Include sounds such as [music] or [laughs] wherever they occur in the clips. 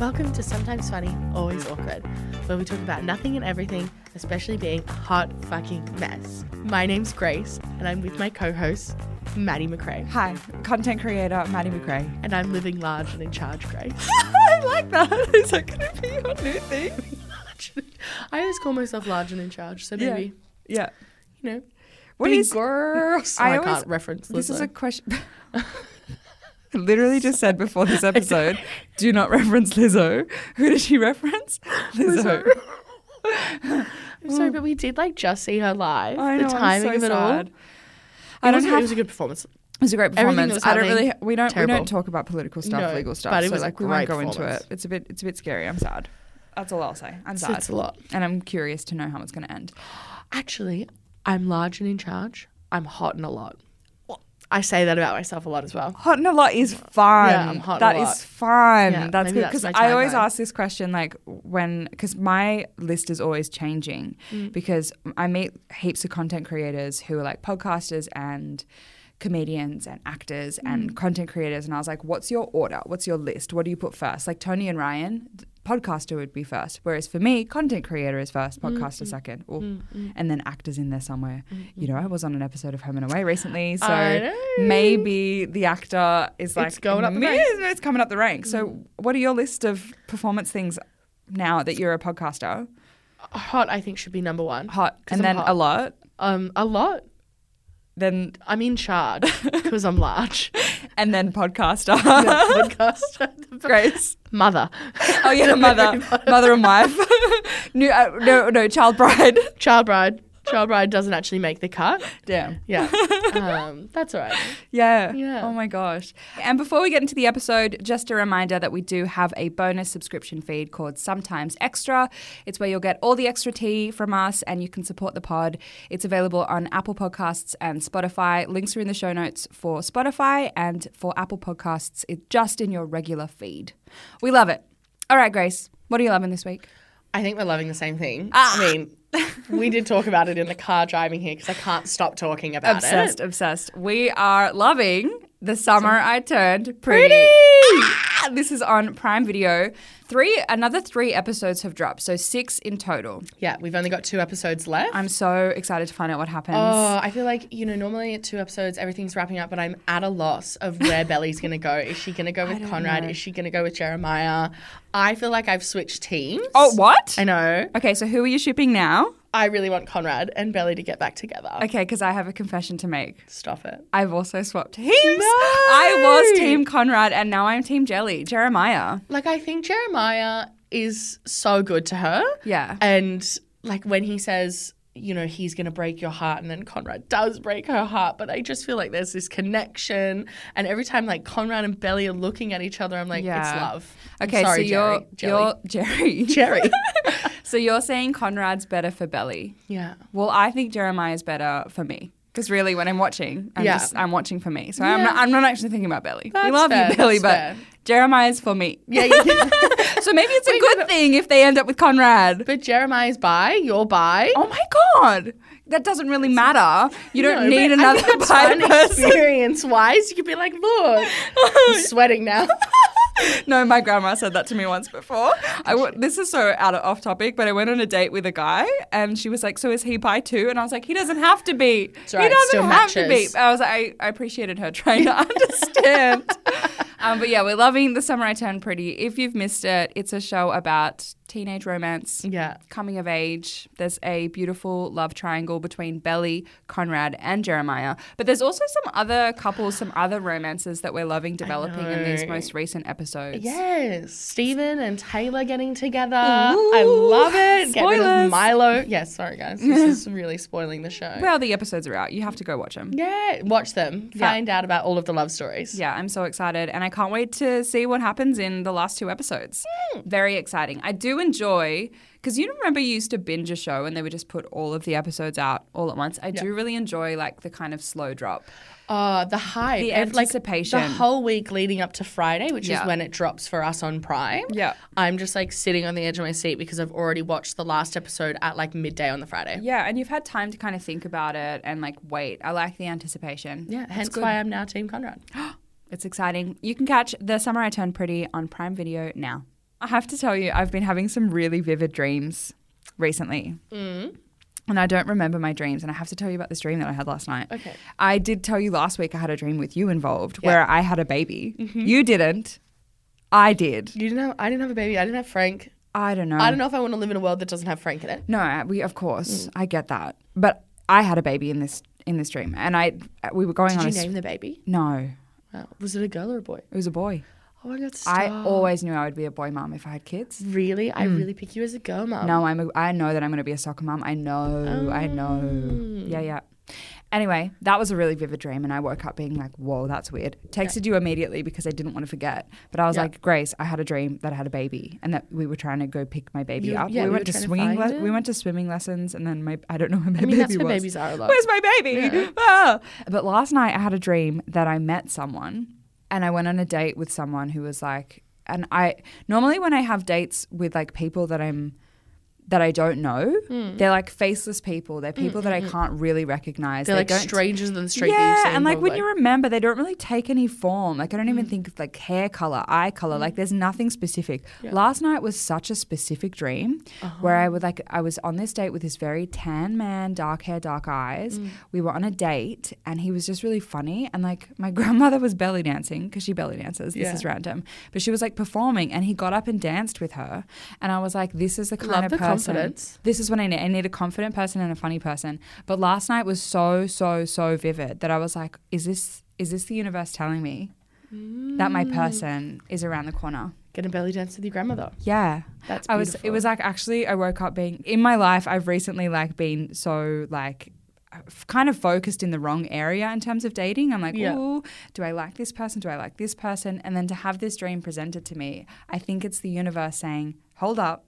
Welcome to Sometimes Funny, Always Awkward, where we talk about nothing and everything, especially being a hot fucking mess. My name's Grace, and I'm with my co host, Maddie McRae. Hi, content creator Maddie McRae. [laughs] And I'm living large and in charge, Grace. [laughs] I like that. Is that going to be your new thing? I always call myself large and in charge, so Yeah. maybe, Yeah. you know. What Big is girls. I I, always- can't reference This is a Lizzo. [laughs] question. I Literally just said before this episode, do not reference Lizzo. Who did [laughs] she reference? Lizzo. I'm sorry, but we did like just see her live. mm. I know. the I'm timing so of it sad. all. I It don't wasn't- have. It was a good performance. It was a great Everything performance. that was I don't really. happening, We don't. We terrible. don't talk about political stuff, No, legal stuff. but it so was a like we great won't go into performance. it. It's a bit. It's a bit scary. I'm sad. That's all I'll say. I'm So sad, it's a lot. and I'm curious to know how it's going to end. Actually, I'm large and in charge. I'm hot and a lot. I say that about myself a lot as well. Hot and a lot is fun. Yeah, I'm hot and That a is lot. fun. Yeah, that's maybe good that's my because I always tagline. ask this question like when because my list is always changing Mm. because I meet heaps of content creators who are like podcasters and comedians and actors and Mm. content creators and I was like, what's your order? What's your list? What do you put first? Like Tony and Ryan, th- podcaster would be first, whereas for me, content creator is Mm, first, podcaster second, or, and then actors in there somewhere. You know, I was on an episode of Home and Away recently, so mm. I know. maybe the actor is like It's going up the "Me- ranks." Mm. It's coming up the ranks. So, what are your list of performance things now that you're a podcaster? Hot, I think, should be number one. Hot, 'Cause and I'm then hot. a lot. Um, a lot. [laughs] Then I'm in charge because I'm large. [laughs] and then podcaster. Podcaster. [laughs] Grace. Mother. [laughs] Oh yeah, the mother, mother and wife. [laughs] New, uh, no, no, child bride. Child bride. Child bride doesn't actually make the cut. Damn. Yeah. Um, that's all right. Yeah. Yeah. Oh my gosh. And before we get into the episode, just a reminder that we do have a bonus subscription feed called Sometimes Extra. It's where you'll get all the extra tea from us and you can support the pod. It's available on Apple Podcasts and Spotify. Links are in the show notes for Spotify and for Apple Podcasts. It's just in your regular feed. We love it. All right, Grace. What are you loving this week? I think we're loving the same thing. I mean, we did talk about it in the car driving here because I can't stop talking about Obsessed, it. obsessed. We are loving the summer I turned pretty. Ah! This is on Prime Video. Three, another three episodes have dropped, so six in total. Yeah, we've only got two episodes left. I'm so excited to find out what happens. Oh, I feel like, you know, normally at two episodes, everything's wrapping up, but I'm at a loss of where Belly's going to go. Is she going to go with Conrad? Is she going to go with Jeremiah? I feel like I've switched teams. Oh, what? I know. Okay, so who are you shipping now? I really want Conrad and Belly to get back together. Okay, because I have a confession to make. Stop it. I've also swapped teams. I was Team Conrad and now I'm Team Jelly. Jeremiah. Like, I think Jeremiah is so good to her. Yeah. And, like, when he says, you know, he's going to break your heart, and then Conrad does break her heart, but I just feel like there's this connection. And every time, like, Conrad and Belly are looking at each other, I'm like, it's Yeah. love. I'm Okay, sorry, so you're Jerry. Jelly. you're [laughs] Jerry. [laughs] [laughs] Jerry. so you're saying Conrad's better for Belly. yeah. Well, I think Jeremiah's better for me. Because really, when I'm watching, I'm Yeah. just I'm watching for me. So I'm, not, I'm not actually thinking about Belly. we That's love fair, you, Belly, that's but fair. Jeremiah's for me. Yeah, yeah. [laughs] so maybe it's a good thing if they end up with Conrad. but Jeremiah's bi, you're bi. Oh my god, that doesn't really matter. You don't No, need but I another [laughs] think that's bi fun person. experience wise. You could be like, [laughs] look, I'm sweating now. no, my grandma said that to me once before. I w- this is so out of off topic, but I went on a date with a guy, and she was like, "So is he bi too?" And I was like, "He doesn't have to be. all he right, doesn't still have to be." matches. I was like, I, I appreciated her trying to [laughs] understand. um, but yeah, we're loving the summer I turned pretty. If you've missed it, it's a show about teenage romance. yeah. Coming of age, there's a beautiful love triangle between Belly, Conrad, and Jeremiah. But there's also some other couples, some other romances that we're loving developing in these know. most recent episodes. Yes. Stephen and Taylor getting together. I Ooh. love it. Get rid of Spoilers. Milo. Yeah, sorry guys. [laughs] This is really spoiling the show. Well, the episodes are out. You have to go watch them. yeah. Watch them. Yeah. Find out about all of the love stories. Yeah, I'm so excited. And I can't wait to see what happens in the last two episodes. Very exciting. I do enjoy, because you remember you used to binge a show and they would just put all of the episodes out all at once. I do really enjoy like the kind of slow drop. Oh, the hype. The Ev- anticipation. Like, the whole week leading up to Friday, which Yeah. is when it drops for us on Prime. Yeah. I'm just like sitting on the edge of my seat because I've already watched the last episode at like midday on the Friday. Yeah, and you've had time to kind of think about it and like wait. I like the anticipation. Yeah. Hence good. why I'm now Team Conrad. It's exciting. You can catch The Summer I Turned Pretty on Prime Video now. I have to tell you, I've been having some really vivid dreams recently. Mm. And I don't remember my dreams. And I have to tell you about this dream that I had last night. Okay. I did tell you last week I had a dream with you involved where I had a baby. Mm-hmm. You didn't. I did. [gasps] You didn't have. I didn't have a baby. I didn't have Frank. I don't know. I don't Mm. know if I want to live in a world that doesn't have Frank in it. No, I- we of course I get that, but I had a baby in this in this dream, and I we were going Did on. you a s- name the baby? no, Wow. Was it a girl or a boy? it was a boy. Oh my god. Stop. I always knew I would be a boy mom if I had kids. really, I really pick you as a girl mom. No, I'm. A, I know that I'm going to be a soccer mom. I know. I Oh. know. Yeah, yeah. Anyway, that was a really vivid dream, and I woke up being like, "Whoa, that's weird." Texted you immediately because I didn't want to forget, but I was Yeah. like, "Grace, I had a dream that I had a baby, and that we were trying to go pick my baby You- up. yeah, we you went were to trying to find swimming. le- we it? went to swimming lessons, and then my I don't know where my I mean baby that's what was. babies are a lot. Where's my baby? [laughs] Ah. But last night I had a dream that I met someone and I went on a date with someone who was like, and I normally when I have dates with like people that I'm that I don't know, Hmm. they're like faceless people. They're people that I can't really recognize. They're They like don't- strangers in the street. that you've Yeah, seen, and like when probably. you remember, they don't really take any form. Like I don't Hmm. even think like hair color, eye color. Like there's nothing specific. Last night was such a specific dream Uh-huh. where I would like I was on this date with this very tan man, dark hair, dark eyes. Hmm. We were on a date, and he was just really funny. And like my [laughs] grandmother was belly dancing because she belly dances. This Yeah. is random, but she was like performing, and he got up and danced with her. And I was like, this is the kind Love of the person confidence. this is what I need. I need a confident person and a funny person. But last night was so, so, so vivid that I was like, is this is this the universe telling me that Mm. my person is around the corner? Get a belly dance with your grandmother. Yeah. That's I was it beautiful. was like actually I woke up being in my life I've recently like been so like f- kind of focused in the wrong area in terms of dating. I'm like, Yeah. "Ooh, do I like this person? Do I like this person?" And then to have this dream presented to me, I think it's the universe saying, "Hold up,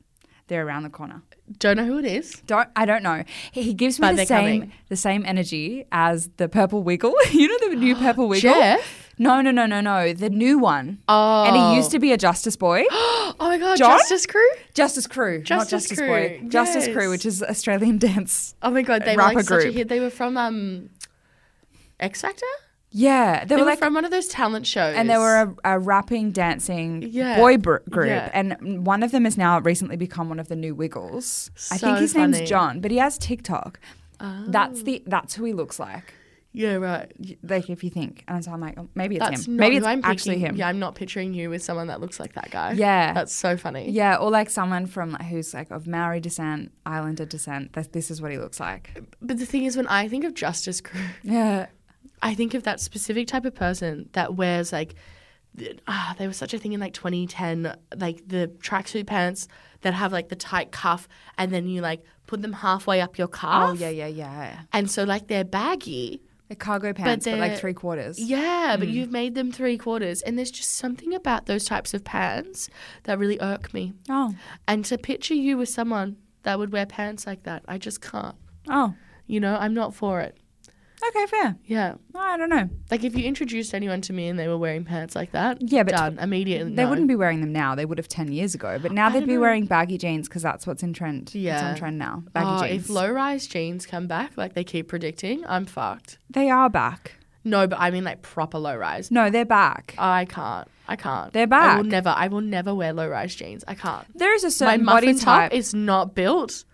they're around the corner." Don't know who it is. Don't I don't know. He, he gives me But the they're same coming. the same energy as the purple wiggle. [laughs] you know [gasps] the new purple wiggle. Jeff? No, no, no, no, no. The new one. Oh. And he [gasps] used to be a Justice [gasps] Boy, Oh my god, John? Justice Crew. Justice Crew, Justice not Justice Crew, Boy, Justice yes. Crew, which is Australian [laughs] dance. Oh my god, they were Rapper like such a group. hit. They were from um, X Factor. Yeah, they, They were were like, from one of those talent shows. and they were a, a rapping, dancing Yeah. boy br- group, Yeah. and one of them has now recently become one of the new Wiggles. I So think his funny. Oh. name's John, but he has TikTok. That's the that's who he looks like. yeah, right. y- like if you think and so i'm like oh, maybe it's That's him not maybe who it's I'm actually picturing. him Yeah, I'm not picturing you with someone that looks like that guy. Yeah. that's so funny. yeah or like someone from like who's like of maori descent islander descent that this is what he looks like But the thing is, when I think of Justice Crew, yeah I think of that specific type of person that wears like, th- ah, there was such a thing in like 2010, like the tracksuit pants that have like the tight cuff, and then you like put them halfway up your calf. oh yeah yeah yeah And so like they're baggy. the cargo pants but, like they're- three quarters Yeah, hmm. but you've made them three quarters, and there's just something about those types of pants that really irk me. oh And to picture you with someone that would wear pants like that, I just can't. oh You know, I'm not for it. okay fair Yeah. No, i don't know Like if you introduced anyone to me and they were wearing pants like that, Yeah, but done immediately. they no. wouldn't be wearing them now they would have 10 years ago but now I they'd don't be know. wearing baggy jeans because that's what's in trend it's Yeah. on trend now baggy Oh, jeans If low-rise jeans come back, like they keep predicting, I'm fucked. they are back No, but I mean like proper low-rise. no they're back I can't. I can't. They're I will back. never. I will never wear low-rise jeans. I can't. there is a My certain muffin body top type is not built.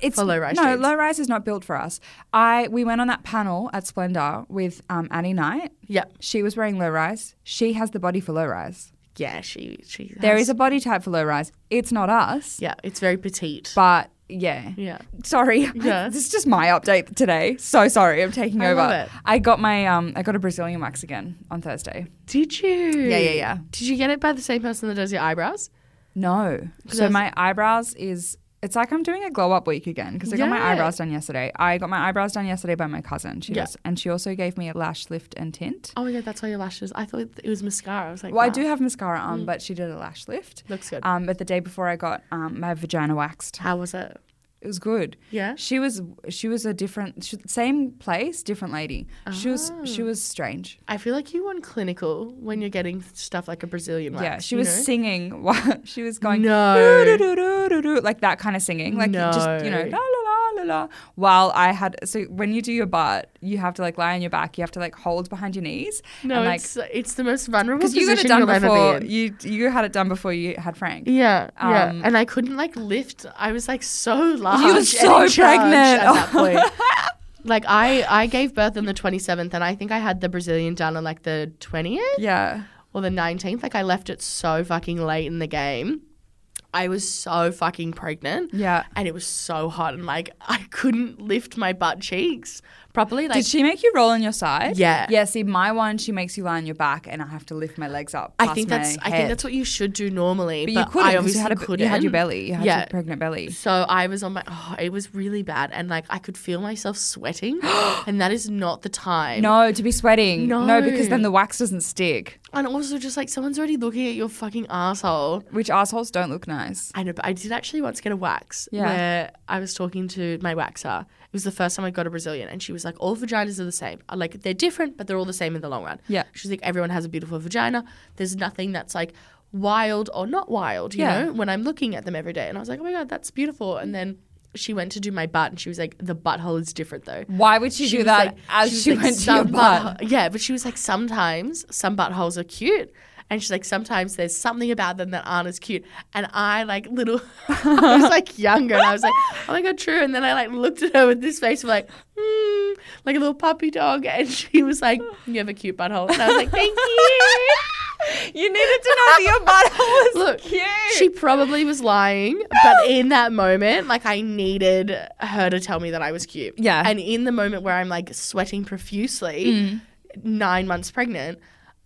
It's For low-rise No, jeans. low rise is not built for us. I we went on that panel at Splendor with um, Annie Knight. Yeah. She was wearing low rise. She has the body for low rise. Yeah. She. She. There has- is a body type for low rise. It's not us, Yeah. It's very petite. but yeah. yeah. Sorry, [laughs] Yeah. this is just my update today. So sorry, I'm taking I over. love it. I got my um, I got a Brazilian wax again on Thursday. Did you? Yeah, yeah, yeah. Did you get it by the same person that does your eyebrows? No, so that's- my eyebrows is. It's like I'm doing a glow up week again because I got Yeah. my eyebrows done yesterday. I got my eyebrows done yesterday by my cousin. She Yeah. does, and she also gave me a lash lift and tint. Oh my god, that's why your lashes. I thought it was mascara. I was like, Well, I wow. do have mascara on, but she did a lash lift. Mm. Looks good. Um, but the day before, I got um, my vagina waxed. How was it? It was good. Yeah. She was she was a different she, same place, different lady. She was she Ah. was strange. I feel like you want clinical when you're getting stuff like a Brazilian wax. yeah, she you was know? singing. [laughs] While she was going No. "Doo, doo, doo, doo, doo, doo," like that kind of singing, like just you know No. la la la la la. While I had, so when you do your butt, you have to like lie on your back. You have to like hold behind your knees. No, and, like, it's it's the most vulnerable because you position got it done will before ever be in. you you had it done before you had Frank. Yeah, yeah. Um, And I couldn't like lift. I was like so large. You were and so in charge pregnant. at that [laughs] point. like I I gave birth on the 27th, and I think I had the Brazilian done on like the 20th Yeah. or the 19th. Like I left it so fucking late in the game. I was so fucking pregnant. Yeah. And it was so hot, and like I couldn't lift my butt cheeks properly. Like Did she make you roll on your side? Yeah. Yeah. See, my one, she makes you lie on your back, and I have to lift my legs up. I past think that's my I head. think that's what you should do normally. But, But, you couldn't. I 'cause obviously you had a, couldn't. You had your belly. You had Yeah. your pregnant belly. So I was on my. Oh, it was really bad, and like I could feel myself [gasps] sweating, and that is not the time. No, to be sweating. No. No. because then the wax doesn't stick. And also, just like someone's already looking at your fucking asshole. Which assholes don't look nice. I know, but I did actually once get a wax Yeah. where I was talking to my waxer. It was the first time I got a Brazilian, and she was like, "All vaginas are the same. I Like they're different, but they're all the same in the long run." Yeah. she's like, "Everyone has a beautiful vagina. There's nothing that's like wild or not wild." You Yeah. know, when I'm looking at them every day, and I was like, "Oh my god, that's beautiful." And then she went to do my butt, and she was like, "The butthole is different, though." Why would she, do was that like- as was she like, went to your "Some butt? butthole- Yeah, but she was like, sometimes some buttholes are cute. And she's like, sometimes there's something about them that aren't as cute. And I like little, [laughs] I was [laughs] like younger, and I was like, oh my god, true. And then I like looked at her with this face of like, hmm, like a little puppy dog, and she was like, you have a cute butthole. And I was like, [laughs] thank you. [laughs] You needed to know that your butthole [laughs] was Look, cute. She probably was lying, but in that moment, like I needed her to tell me that I was cute. Yeah. Mm. And in the moment where I'm like sweating profusely, nine months pregnant,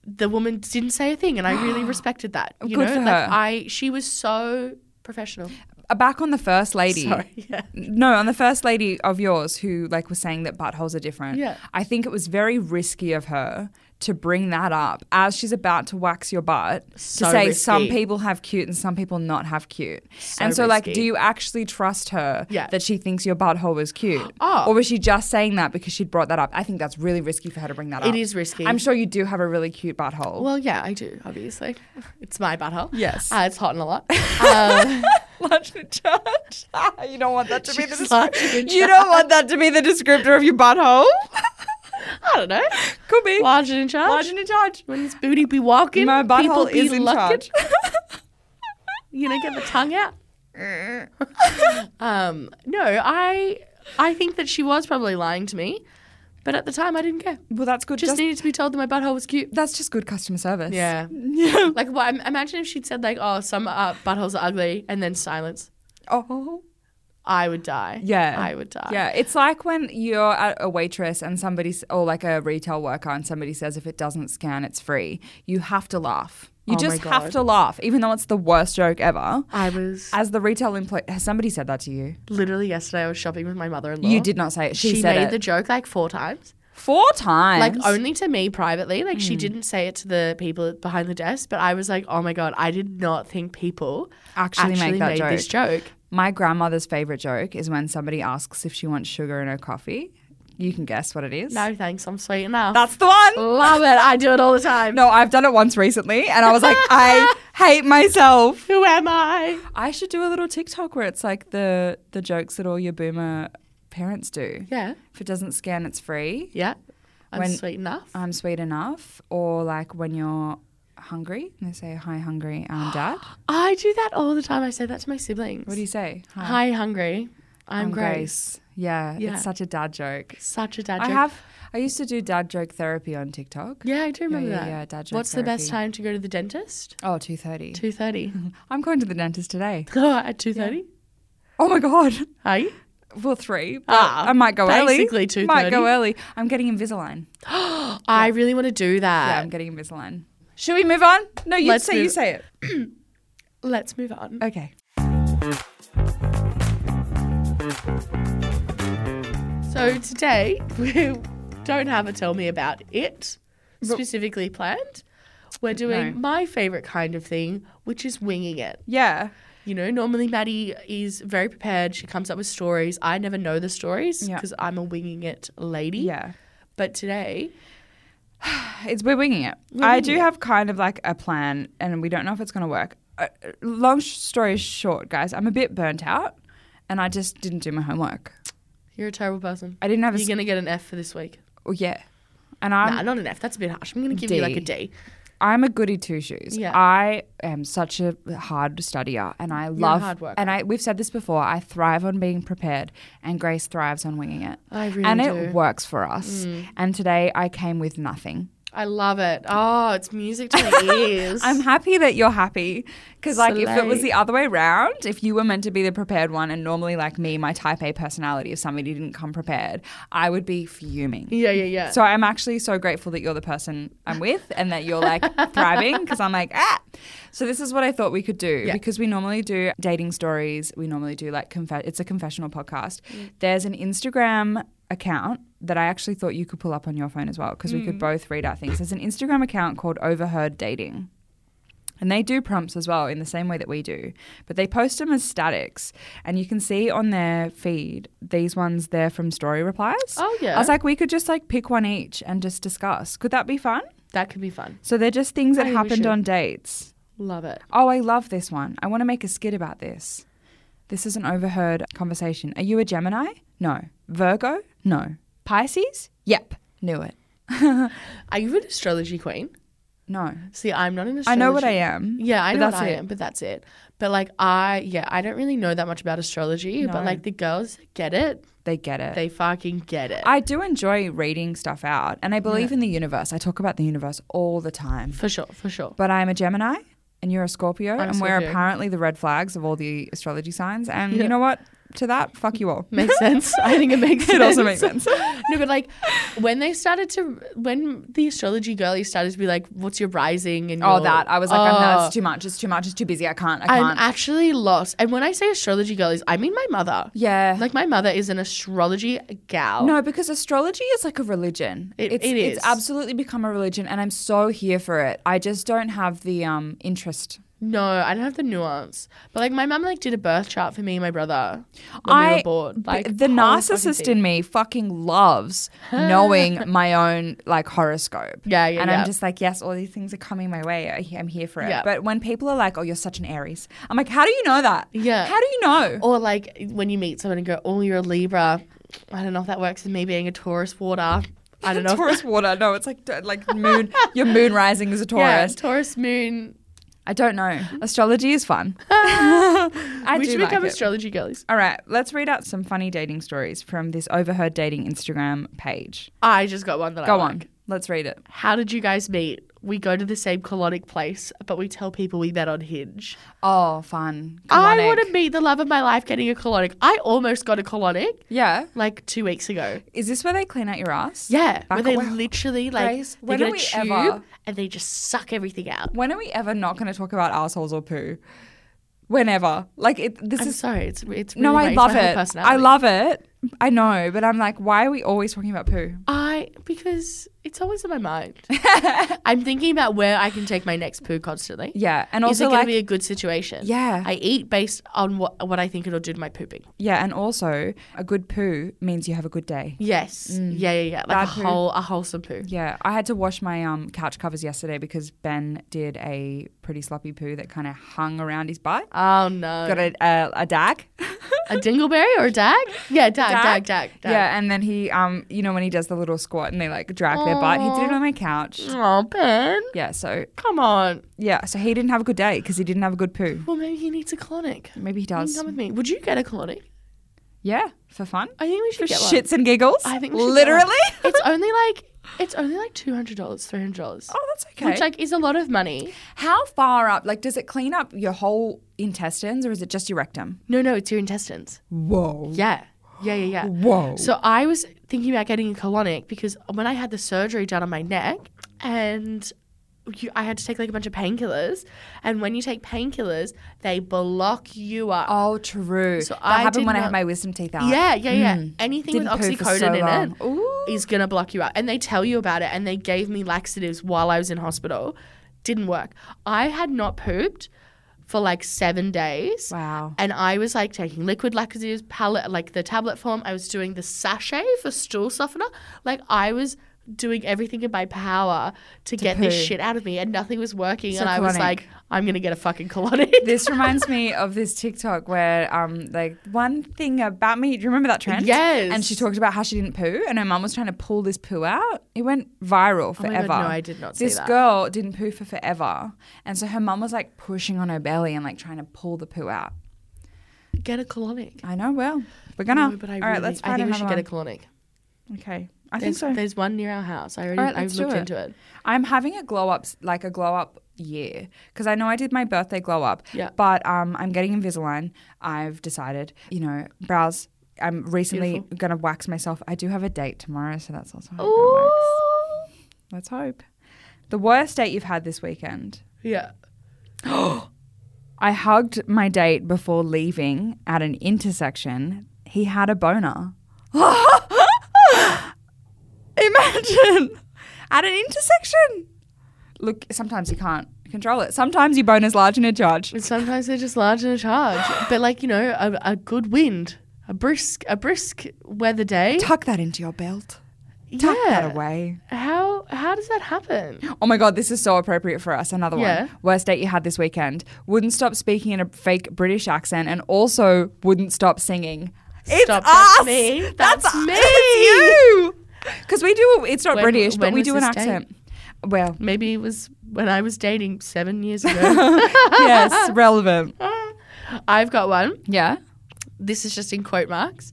the woman didn't say a thing, and I [gasps] really respected that. You Good know, for her. like I, she was so professional. Uh, Back on the first lady. Sorry. [laughs] Yeah. No, on the first lady of yours who like was saying that buttholes are different. Yeah. I think it was very risky of her to bring that up as she's about to wax your butt to So say some risky. people have cute and some people not have cute. So and so like do risky. you actually trust her Yeah. that she thinks your butthole was cute? Oh. Or was she just saying that because she'd brought that up? I think that's really risky for her to bring that up. It is risky. I'm sure you do have a really cute butthole. Well, yeah, I do, obviously. It's my butthole. Yes. Uh, it's hot and a [laughs] lot. Um, Lunch with charge. Ah, you don't want that to be the She's lunch descriptor. with [laughs] You don't want that to be the descriptor of your butthole. [laughs] I don't know. Could be. Large and in charge. Large and in charge. when this booty be walking, My people butthole be is in looking. [laughs] charge. you know, get the tongue [laughs] out. um, no, I I think that she was probably lying to me, but at the time I didn't care. Well, that's good. Just, Just, needed to be told that my butthole was cute. that's just good customer service. Yeah. [laughs] Yeah. Like, well, im- imagine if she'd said like, "Oh, some uh, buttholes are ugly," and then silence. Oh. I would die. Yeah. I would die. Yeah. It's like when you're at a waitress and somebody, s- or like a retail worker, and somebody says if it doesn't scan, it's free. You have to laugh. You Oh my just have God. to laugh, even though it's the worst joke ever. I was As the retail employee, has somebody said that to you? literally yesterday. I was shopping with my mother-in-law. You did not say it. She, She, said made it the joke like four times. four times. like only to me privately. Like Mm. she didn't say it to the people behind the desk, but I was like, oh my god, I did not think people Actually actually, make that made joke. this joke. My grandmother's favorite joke is when somebody asks if she wants sugar in her coffee. You can guess what it is. No thanks, I'm sweet enough. That's the one. Love it. I do it all the time. No, I've done it once recently and I was like, [laughs] I hate myself. Who am I? I should do a little TikTok where it's like the the jokes that all your boomer parents do. Yeah, If it doesn't scan, it's free. yeah. I'm When- sweet enough. I'm sweet enough. Or like when you're hungry, and they say, Hi, hungry, [gasps] I'm dad. I do that all the time. I say that to my siblings. What do you say? Hi, Hi, hungry. I'm, Grace. Yeah, Yeah. it's such a dad joke. Such a dad I joke. have. I used to do dad joke therapy on TikTok. yeah, I do remember yeah, that. yeah, dad joke What's the best therapy. time to go to the dentist? [laughs] Oh, 2.30. Two thirty. [laughs] I'm going to the dentist today. At two thirty. Oh my God. [laughs] Are you? Well, three. but Ah, I might go early. basically Might go 2:30. early. I'm getting Invisalign. [gasps] I really want to do Yeah, that. I'm getting Invisalign. Should we move on? No, you Uh, Let's say you move- say it. Let's move on. Okay. So today [laughs] we don't have a tell me about it specifically planned. We're doing No. my favorite kind of thing, which is winging it. Yeah. You know, normally Maddie is very prepared. She comes up with stories. I never know the stories Yeah. because I'm a winging it lady. Yeah. But today, It's we're winging it. I do have kind of like a plan, and we don't know if it's going to work. Uh, uh, long sh- story short, guys, I'm a bit burnt out, and I just didn't do my homework. You're a terrible person. I didn't have a. You're s- gonna get an F for this week. oh, yeah. And I'm, nah, not an F. That's a bit harsh. I'm gonna give you like a D. I'm a goody two shoes. Yeah. I am such a hard studier and I love hard worker. and I we've said this before, I thrive on being prepared and Grace thrives on winging it. I really and do. Mm. it works for us. And today I came with nothing. I love it. Oh, it's music to [laughs] my ears. I'm happy that you're happy because, like, if it was Slay. the other way round, if you were meant to be the prepared one, and normally, like me, my type A personality, if somebody didn't come prepared, I would be fuming. yeah, yeah, yeah. So I'm actually so grateful that you're the person I'm with and that [laughs] you're like thriving because I'm like, ah. So this is what I thought we could do Yeah. because we normally do dating stories. We normally do like, conf- it's a confessional podcast. Mm. There's an Instagram account that I actually thought you could pull up on your phone as well because we Mm. could both read out things. There's an Instagram account called Overheard Dating. And they do prompts as well in the same way that we do, but they post them as statics. And you can see on their feed, these ones, they're from story replies. Oh, yeah. I was like, we could just like pick one each and just discuss. Could that be fun? that could be fun. So they're just things I that think we happened should. on dates. Love it. Oh, I love this one. I want to make a skit about this. This is an overheard conversation. Are you a Gemini? No. Virgo? No. Pisces? Yep. Knew it. Are you an astrology queen? No. See, I'm not an astrology. I know what I am. Yeah, I but know what that's I it. am, but that's it. But like I, yeah, I don't really know that much about astrology, No. but like the girls get it. They get it. They fucking get it. I do enjoy reading stuff out, and I believe in the universe. I talk about the universe all the time. for sure, for sure. But I'm a Gemini, and you're a Scorpio, I'm and we're Scorpio. apparently the red flags of all the astrology signs. And Yeah. you know what? To that, fuck you all. [laughs] Makes sense. I think it makes sense. [laughs] It also makes sense. no, but like when they started to, when the astrology girlies started to be like, what's your rising? And Oh, your- that. I was like, I'm Oh. not, it's too much. It's too much. It's too busy. I can't. I I'm can't. actually lost. And when I say astrology girlies, I mean my mother. yeah. Like my mother is an astrology gal. No, because astrology is like a religion. It- it's, it is. It's absolutely become a religion, and I'm so here for it. I just don't have the um interest. No, I don't have the nuance. But like my mum like did a birth chart for me and my brother when I we were bored. But Like the whole narcissist fucking in me fucking [laughs] loves knowing my own like horoscope. Yeah, yeah, And yeah. I'm just like, yes, all these things are coming my way. I- I'm here for it. Yeah. But when people are like, oh, you're such an Aries, I'm like, how do you know that? Yeah. How do you know? thing. or like when you meet someone and go, "Oh, you're a Libra." I don't know if that works with me being a Taurus water. I [laughs] don't know. if- Taurus water. No, it's like like [laughs] moon. your moon rising is a Yeah, Taurus. Taurus moon. I [laughs] don't know. Astrology is fun. I we do should like become it. astrology girlies. All right, let's read out some funny dating stories from this overheard dating Instagram page. I just got one that I Go like. on. Let's read it. How did you guys meet? We go to the same colonic place, but we tell people we met on Hinge. Oh, fun. I Colonic. want to meet the love of my life getting a colonic. I almost got a colonic Yeah. like two weeks ago. Is this where they clean out your ass? Yeah, Back where they away. literally like Grace, they when get are a we tube ever- and they just suck everything out. When are we ever not going to talk about assholes or poo? Whenever. Like it, this I'm is sorry, it's it's really no, I my- it's love my whole it. I personality. love it. I know, but I'm like, why are we always talking about poo? I because it's always in my mind. [laughs] I'm thinking about where I can take my next poo constantly. Yeah, and Is it also going like, to be a good situation? yeah, I eat based on what what I think it'll do to my pooping. yeah, and also a good poo means you have a good day. Yes. Yeah, yeah, yeah. Like Mm. Bad a poo. whole a wholesome poo. Yeah, I had to wash my um, couch covers yesterday because Ben did a pretty sloppy poo that kind of hung around his butt. Oh no. Got a a, a dag. a dingleberry or a dag? Yeah, dag, dag, dag, Dag? dag. Yeah, and then he, um, you know, when he does the little squat and they like drag their butt, he did it on my couch. Oh Ben, Yeah, so come on. yeah, so he didn't have a good day because he didn't have a good poo. Well, maybe he needs a colonic. Maybe he You can does. come with me. Would you get a colonic? Yeah, for fun, I think we should for get shits and giggles. one. I think we should get one. literally. [laughs] It's only like it's only like two hundred dollars, three hundred dollars, [laughs] oh, that's okay. which like is a lot of money. How far up? Like, does it clean up your whole intestines or is it just your rectum? No, no, it's your intestines. Whoa. Yeah, yeah, yeah, yeah. Whoa. So I was thinking about getting a colonic because when I had the surgery done on my neck, and you, I had to take like a bunch of painkillers, and when you take painkillers, they block you up. Oh, true. So that I did happened when I not- had my wisdom teeth out. Yeah, yeah, yeah. Anything Mm. Didn't with poo for oxycodone so in long. it Ooh. is gonna block you out. And they tell you about it. And they gave me laxatives while I was in hospital. Didn't work. I had not pooped for like seven days. Wow. And I was like taking liquid laxatives, palette, like the tablet form. I was doing the sachet for stool softener. Like I was doing everything in my power to, get this poo. shit out of me, and nothing was working. So and I was colonic. like, I'm gonna get a fucking colonic. This reminds me of this TikTok where, um, like one thing about me. Do you remember that trend? Yes. And she talked about how she didn't poo, and her mum was trying to pull this poo out. It went viral Oh my forever. God, no, I did not see this that. girl didn't poo for forever, and so her mum was like pushing on her belly and like trying to pull the poo out. get a colonic. I know. Well, we're gonna. No, but I All really, right, let's I find think we should another get a colonic. one. Okay, I think There's, so. there's one near our house. I already All right, I let's do looked it. into it. I'm having a glow up, like a glow up year, because I know I did my birthday glow up. Yeah. But um, I'm getting Invisalign. I've decided, you know, brows. I'm recently Beautiful. gonna wax myself. I do have a date tomorrow, so that's also. how I'm gonna Ooh. wax. Let's hope. The worst date you've had this weekend. Yeah. I hugged my date before leaving at an intersection. He had a boner. [laughs] Imagine at an intersection. Look, sometimes you can't control it. Sometimes your boner's large and in charge. And sometimes they're just large and a charge. But like, you know, a, a good wind, a brisk a brisk weather day. Tuck that into your belt. yeah. Tuck that away. How how does that happen? Oh my god, this is so appropriate for us. Another Yeah. one. Worst date you had this weekend. Wouldn't stop speaking in a fake British accent and also wouldn't stop singing. It's Stop, us. that's me. That's u- me. It's you. Because we do. It's not When- British, but when we was do an this date? accent. Well, Maybe it was when I was dating seven years [laughs] ago. [laughs] yes, relevant. I've got one. Yeah. This is just in quote marks.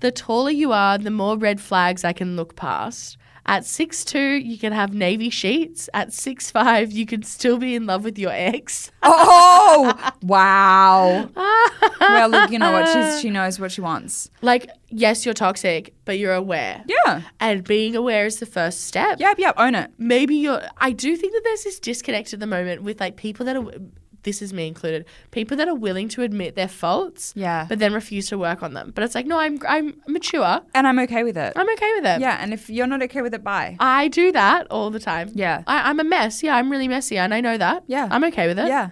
The taller you are, the more red flags I can look past. At 6'2, you can have navy sheets. At 6'5, you can still be in love with your ex. Oh wow. well, look, you know what? She's, [laughs] she knows what she wants. Like, yes, you're toxic, but you're aware. Yeah. And being aware is the first step. Yep. Yep. Own it. maybe you're i do think that there's this disconnect at the moment with like people that are this is me included people that are willing to admit their faults Yeah. but then refuse to work on them but it's like no i'm i'm mature and I'm okay with it. i'm okay with it Yeah. And if you're not okay with it, bye. i do that all the time Yeah. I, i'm a mess yeah i'm really messy and i know that Yeah. i'm okay with it Yeah.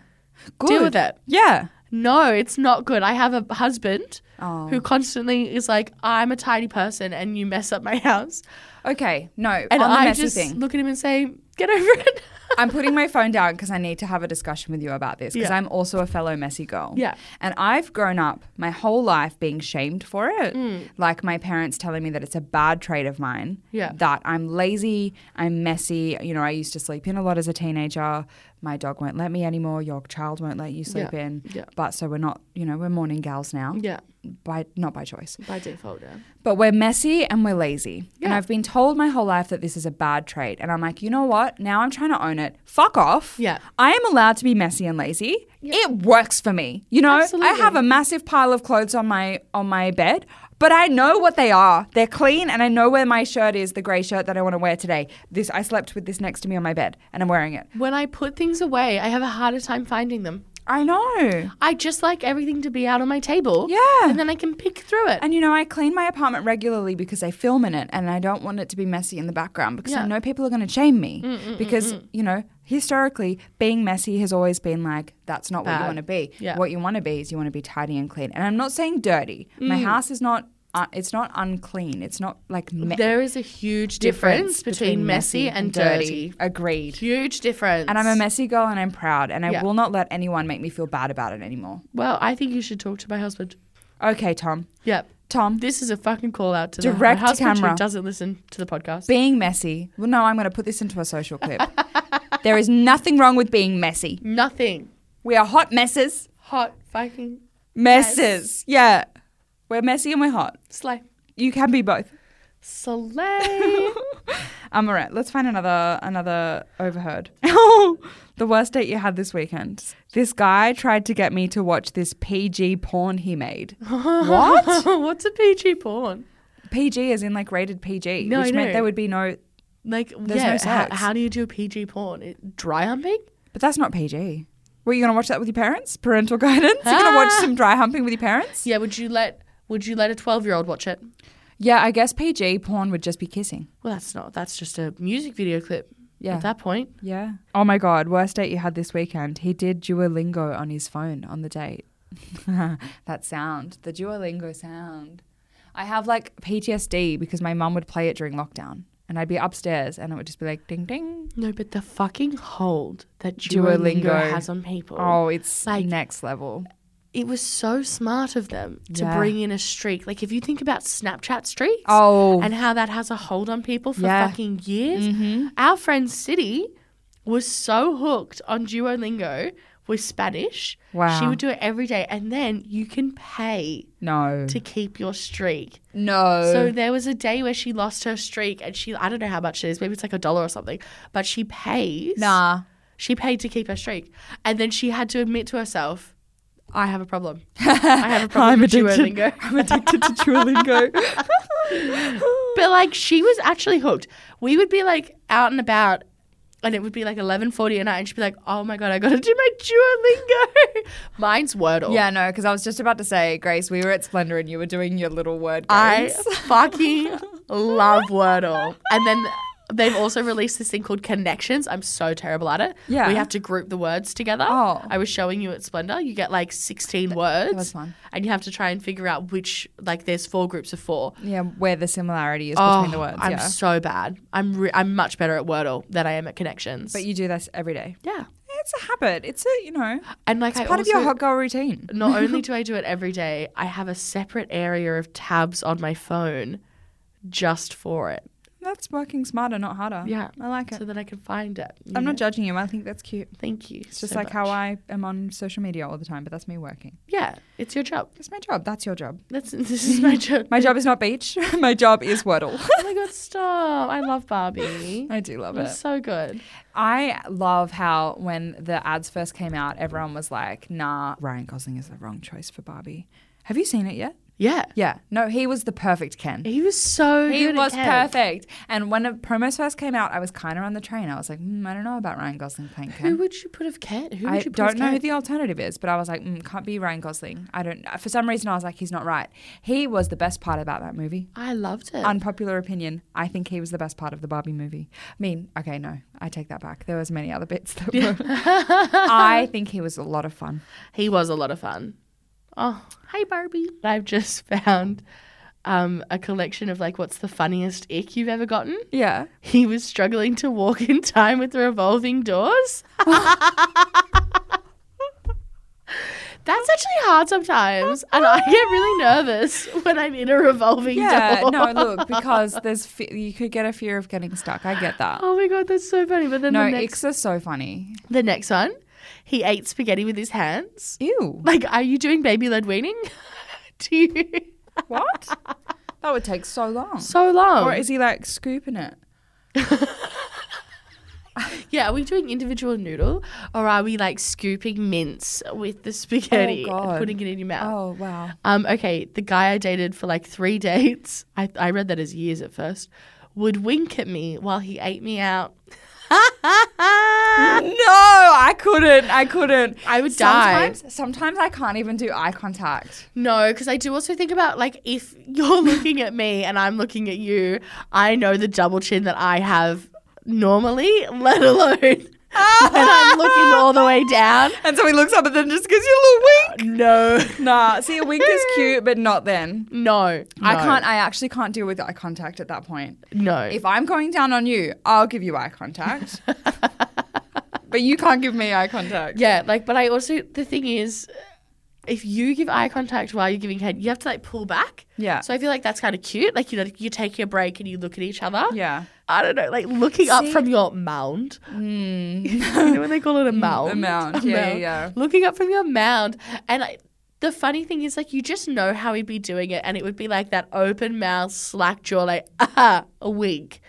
Good. deal with it Yeah. no it's not good i have a husband Oh. who constantly is like i'm a tidy person and you mess up my house Okay, no, and on the i messy just thing. look at him and say get over it I'm putting my phone down because I need to have a discussion with you about this because Yeah. I'm also a fellow messy girl. Yeah. And I've grown up my whole life being shamed for it. Mm. Like my parents telling me that it's a bad trait of mine. Yeah. That I'm lazy, I'm messy. You know, I used to sleep in a lot as a teenager. My dog won't let me anymore. Your child won't let you sleep Yeah. in. Yeah. But so we're not, you know, we're morning gals now. [laughs] yeah By not by choice. by default yeah But we're messy and we're lazy. And Yeah. I've been told my whole life that this is a bad trait. And I'm like, you know what? Now I'm trying to own it. Fuck off. Yeah. I am allowed to be messy and lazy. It works for me. You know, I Absolutely. have a massive pile of clothes on my on my bed, but I know what they are. They're clean and I know where my shirt is, the grey shirt that I want to wear today. This I slept with this next to me on my bed and I'm wearing it. When I put things away, I have a harder time finding them. I know. I just like everything to be out on my table. Yeah. And then I can pick through it. And you know, I clean my apartment regularly because I film in it and I don't want it to be messy in the background because I Yeah. Mm, know people are going to shame me. because, you know, historically, being messy has always been like, that's not what you Bad. want to be. Yeah. What you want to be is you want to be tidy and clean. And I'm not saying dirty. Mm. My house is not. Uh, it's not unclean. It's not like me- there is a huge difference, between, messy, and dirty. Agreed. Huge difference. And I'm a messy girl and I'm proud and I Yeah. will not let anyone make me feel bad about it anymore. well, I think you should talk to my husband. Okay, Tom. Yep. Tom, This is a fucking call out to the, my Direct to husband camera. who doesn't listen to the podcast. being messy. Well, no, I'm going to put this into a [laughs] social clip. there is nothing wrong with being messy. Nothing. We are hot messes. Hot fucking Messes. Yeah. We're messy and we're hot. slay. You can [laughs] be both. [laughs] Slay. Um, all right, let's find another another [laughs] overheard. [laughs] the worst date you had this weekend. This guy tried to get me to watch this PG porn he [laughs] made. what? What's a PG porn? PG is in like rated PG, No, I which meant know. there would be no. Like, There's no yeah, sex. how, how do you do a PG porn? It, dry humping? But that's not PG. Were you going to watch that with your parents? Parental [laughs] guidance? You're going to watch some dry humping with your parents? Yeah, would you let would you let a 12-year-old watch it? Yeah, I guess PG porn would just be kissing. Well, that's not. That's just a music video clip. Yeah. At that point, Yeah. Oh my God, worst date you had this weekend. He did Duolingo on his phone on the date. [laughs] that sound, the Duolingo sound. I have like PTSD because my mum would play it during lockdown. and I'd be upstairs and it would just be like ding ding. No, but the fucking hold that Duolingo, Duolingo. has on people. Oh, it's Like- next level. It was so smart of them to Yeah. bring in a streak. Like if you think about Snapchat streaks Oh, and how that has a hold on people for Yeah. Mm-hmm. fucking years, our friend City was so hooked on Duolingo with Spanish. She Wow. would do it every day. And then you can pay no, to keep your streak. no. So there was a day where she lost her streak and she I don't know how much it is, maybe it's like a dollar or something. But she pays nah, she paid to keep her streak. And then she had to admit to herself, I have a [laughs] problem. I have a problem [laughs] I'm with addicted. Duolingo. [laughs] I'm addicted to Duolingo. [laughs] [laughs] But like she was actually hooked. We would be like out and about and it would be like 11.40 at night and she'd be like, oh my God, I got to do my Duolingo. [laughs] Mine's Wordle. yeah, no, because I was just about to say, Grace, we were at Splendor and you were doing your little word I games. [laughs] fucking love Wordle. And then they've also released this thing called Connections. I'm so terrible at it. Yeah. We have to group the words together. Oh. I was showing you at Splendor. You get like 16 words. was fun. And you have to try and figure out which, like, there's four groups of four. yeah, where the similarity is between the words. Oh, I'm yeah, so bad. I'm re- I'm much better at Wordle than I am at Connections. but you do this every day. yeah. It's a habit. It's a you know And like I part of your also- hot girl routine. [laughs] not [laughs] only do I do it every day, I have a separate area of tabs on my phone just for it. That's working smarter, not harder. Yeah. I like it. so that I can find it. you I'm know? not judging you. I think that's cute. Thank you. It's just like how I am on social media all the time, but that's me working. Yeah, it's your job. That's my job. That's your job. That's [laughs] this [laughs] is my job. My job is not beach. [laughs] my job is Wordle. [laughs] oh my god, stop! I love Barbie. I do love It was it. so good. I love how when the ads first came out, everyone was like, nah, Ryan Gosling is the wrong choice for Barbie. Have you seen it yet? Yeah, Yeah. No, he was the perfect Ken. he was so He good. at was Ken. perfect. And when the promos first came out, I was kind of on the train. I was like, mm, I don't know about Ryan Gosling playing Ken. Who would you put of Ken? Who would I you put don't as know who Ken? the alternative is, but I was like, mm, can't be Ryan Gosling. I don't. For some reason, I was like, he's not right. He was the best part about that movie. I loved it. Unpopular opinion. I think he was the best part of the Barbie movie. I mean, okay, no, I take that back. There was many other bits that were. [laughs] I think he was a lot of fun. he was a lot of fun. Oh, hi Barbie. I've just [laughs] found um, a collection of like what's the funniest ick you've ever gotten. Yeah. He was struggling to walk in time with the revolving doors. [laughs] That's actually hard sometimes, and I get really nervous when I'm in a revolving Yeah. door. No, look, because there's fe- you could get a fear of getting stuck. I get that. [laughs] Oh my god, that's so funny. But then No, the next, icks are so funny. the next one, he ate spaghetti with his hands. Ew. Like, are you doing baby led weaning? [laughs] Do you what? That would take so long. so long? Or is he like scooping it? yeah, are we doing individual noodle, or are we like scooping mince with the spaghetti and God. putting it in your mouth? Oh wow. Um, okay, the guy I dated for like three [laughs] dates, I, I read that as years at first, would wink at me while he ate me out. [laughs] No, I couldn't. I couldn't. I would die. Sometimes, sometimes I can't even do eye [laughs] contact. No, because I do also think about like if you're looking at me and I'm looking at you, I know the double chin that I have normally, let alone [laughs] when I'm looking all the way down. And so he looks up and then just gives you a little wink. No, Nah, see, a wink [laughs] is cute, but not then. no, I no, can't. I actually can't deal with eye contact at that point. No, If I'm going down on you, I'll give you [laughs] eye contact. but you can't give me eye contact. Yeah, like, but I also the thing is, if you give eye contact while you're giving head, you have to like pull back. Yeah. So I feel like that's kind of cute. Like you know, you take your break and you look at each other. Yeah. I don't know, like looking up See- from your [laughs] mound. [laughs] Mm. You know when they call it a mound. mound. A Yeah, yeah, yeah. Looking up from your mound, and I, the funny thing is, like, you just know how he'd be doing it, and it would be like that open mouth, slack jaw, like [laughs] ah, a wink,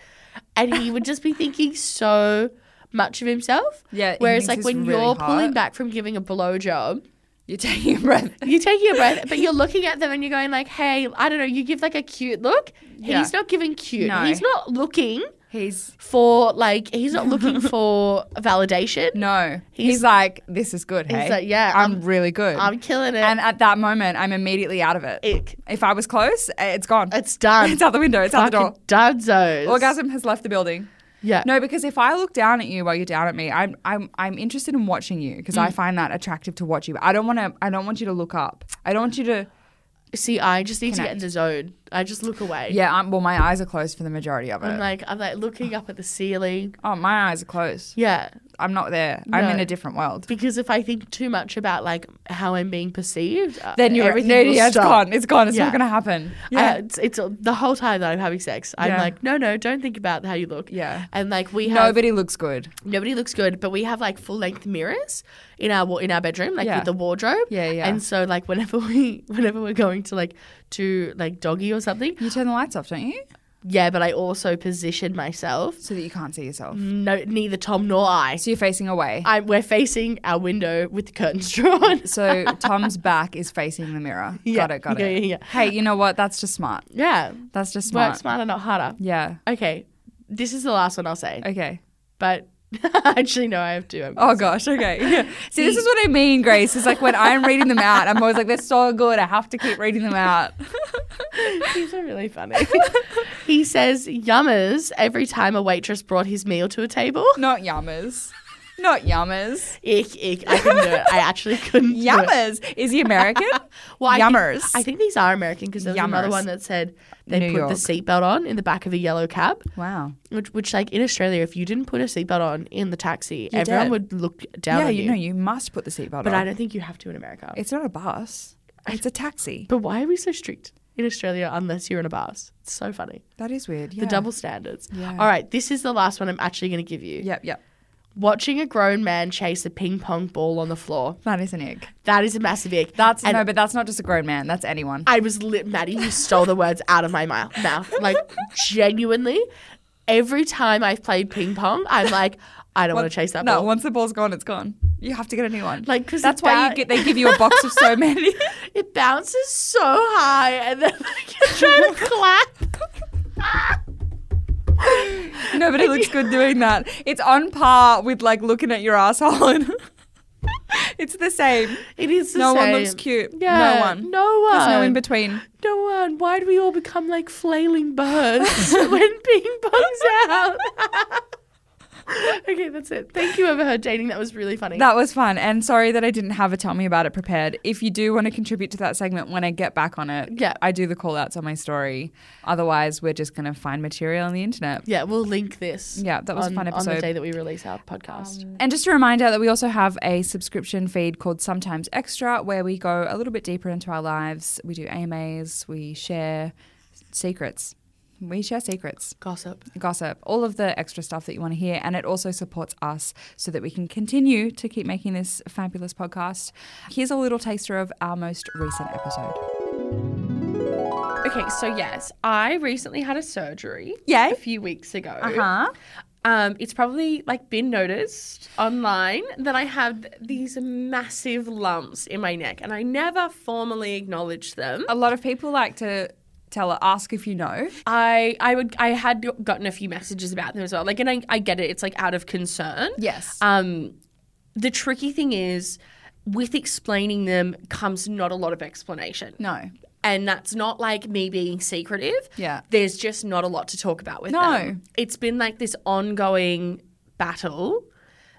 and he would just be thinking so much of himself. Yeah, he Whereas, thinks like, he's when really you're hot. pulling back from giving a blowjob, You're taking a breath. you're taking a breath, but you're looking at them and you're going like, "Hey, I don't know." You give like a cute look. Yeah. He's not giving cute. No. He's not looking [laughs] He's for like. He's not [laughs] looking for validation. no. He's, He's- like, this is good. He's Hey, like, yeah, I'm, I'm- really good. I'm killing it. and at that moment, I'm immediately out of it. Ick. If I was close, eh, it's gone. [laughs] It's done. [laughs] It's out the window. It's out the door. Fucking dunzos. [laughs] Orgasm has left the building. Yeah. No, because if I look down at you while you're down at me, I'm I'm I'm interested in watching you because Mm. I find that attractive to watch you. I don't want to. I don't want you to look up. I don't want you to. See, I just need to get in Connect. the zone. I just look away. Yeah, I'm, well, my eyes are closed for the majority of it. I'm like I'm like looking up at the ceiling. oh, my eyes are closed. Yeah, I'm not there. I'm No. in a different world. because if I think too much about like how I'm being perceived, uh, Then you're everything no, will yeah, it's stop. gone. It's gone. It's Yeah. not gonna happen. Yeah, Yeah, it's, it's uh, the whole time that I'm having sex. I'm Yeah. like, no, no, don't think about how you look. yeah. And like we have Nobody looks good. nobody looks good, but we have like full length mirrors in our wa- in our bedroom, like Yeah. with the wardrobe. Yeah, yeah. And so like whenever [laughs] we whenever we're going to like do like doggy or something, you turn the lights off, don't you, yeah. But I also position myself. so that you can't see yourself. No, neither Tom nor I. So you're facing away. Mm. I we're facing our window with the curtains [laughs] drawn. So Tom's back is facing the mirror. [laughs] Yeah. Got it. Got Yeah, it. yeah, yeah. Hey, you know what? That's just smart. Yeah, That's just smart. work smarter, not harder. Yeah. Okay, this is the last one I'll say, Okay. but [laughs] actually no, I have two. I'm Oh gosh. Okay. [laughs] Yeah. See, this is what I mean, Grace. It's like when I'm reading them out, I'm always like, they're so good. I have to keep reading them out. [laughs] These are really funny. [laughs] he says yummers every time a waitress brought his meal to a table. Not yammers. Not yammers. Ick, ick. I couldn't do it. I actually couldn't. do it. Yammers. Is [laughs] he American? Well, I think- Yummers. I think these are American because there was another Yummers. one that said they New put the York. seatbelt on in the back of a yellow cab, wow. which, which like in Australia, if you didn't put a seatbelt on in the taxi, You're everyone dead. would look down Yeah, on you you. know, you must put the seatbelt but on. I don't think you have to in America. it's not a bus. It's a taxi. but why are we so strict in Australia unless you're in a bus? It's so funny. That is weird. Yeah. The double standards. Yeah. All right, this is the last one I'm actually going to give you. Yep. Yep. Watching a grown man chase a ping pong ball on the floor. That is an egg. That is a massive ick. That's And no, but that's not just a grown man. That's anyone. I was lit, Maddie. You stole the words out of my mou- mouth. Like genuinely, every time I've played ping pong, I'm like, I don't want to chase that no, ball. [laughs] once the ball's gone, it's gone. You have to get a new one. Like, 'cause that's it's why bad. you get, they give you a box of [laughs] so many. It bounces so high, and then like, you're trying [laughs] to clap. Nobody looks good doing that. It's on par with like looking at your asshole. [laughs] And it's the same. It is the no one same. looks cute. Yeah, no one. No one. There's no in between. No one. Why do we all become like flailing birds [laughs] when ping pong's out? [laughs] okay, that's it. Thank you, Overheard Dating. That was really funny. That was fun, and sorry that I didn't have a tell me about it prepared. If you do want to contribute to that segment when I get back on it, Yeah. I do the call outs on my story. Otherwise, we're just gonna find material on the internet. yeah, we'll link this. Yeah, that was a on- fun On the episode. day that we release our podcast. Um, And just a reminder that we also have a subscription feed called Sometimes Extra, where we go a little bit deeper into our lives. We do AMAs, we share secrets. We share secrets, Gossip. gossip, all of the extra stuff that you want to hear. And it also supports us so that we can continue to keep making this fabulous podcast. Here's a little taster of our most recent episode. Okay, so yes, I recently had a surgery. Yay. A few weeks ago. huh. Um, it's probably like been noticed online that I have these massive lumps in my neck, and I never formally acknowledged them. A lot of people like to tell, ask if you know. I I would I had gotten a few messages about them as well. Like, and I, I get it. It's like out of concern. Yes. Um, the tricky thing is, with explaining them comes not a lot of explanation. no. And that's not like me being secretive. Yeah. There's just not a lot to talk about with No. them. It's been like this ongoing battle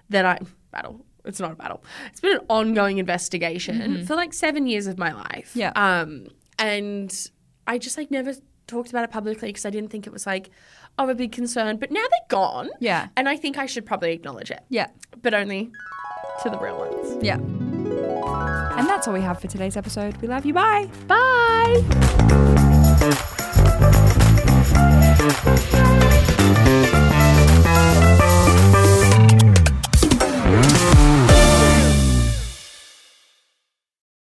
that I battle. It's not a battle. It's been an ongoing investigation for like seven years of my life. Mm-hmm. Yeah. Um, and I just like never talked about it publicly because I didn't think it was like of a big concern. But now they're gone. Yeah. And I think I should probably acknowledge it, Yeah. but only to the real ones. Yeah. And that's all we have for today's episode. We love you. Bye. Bye.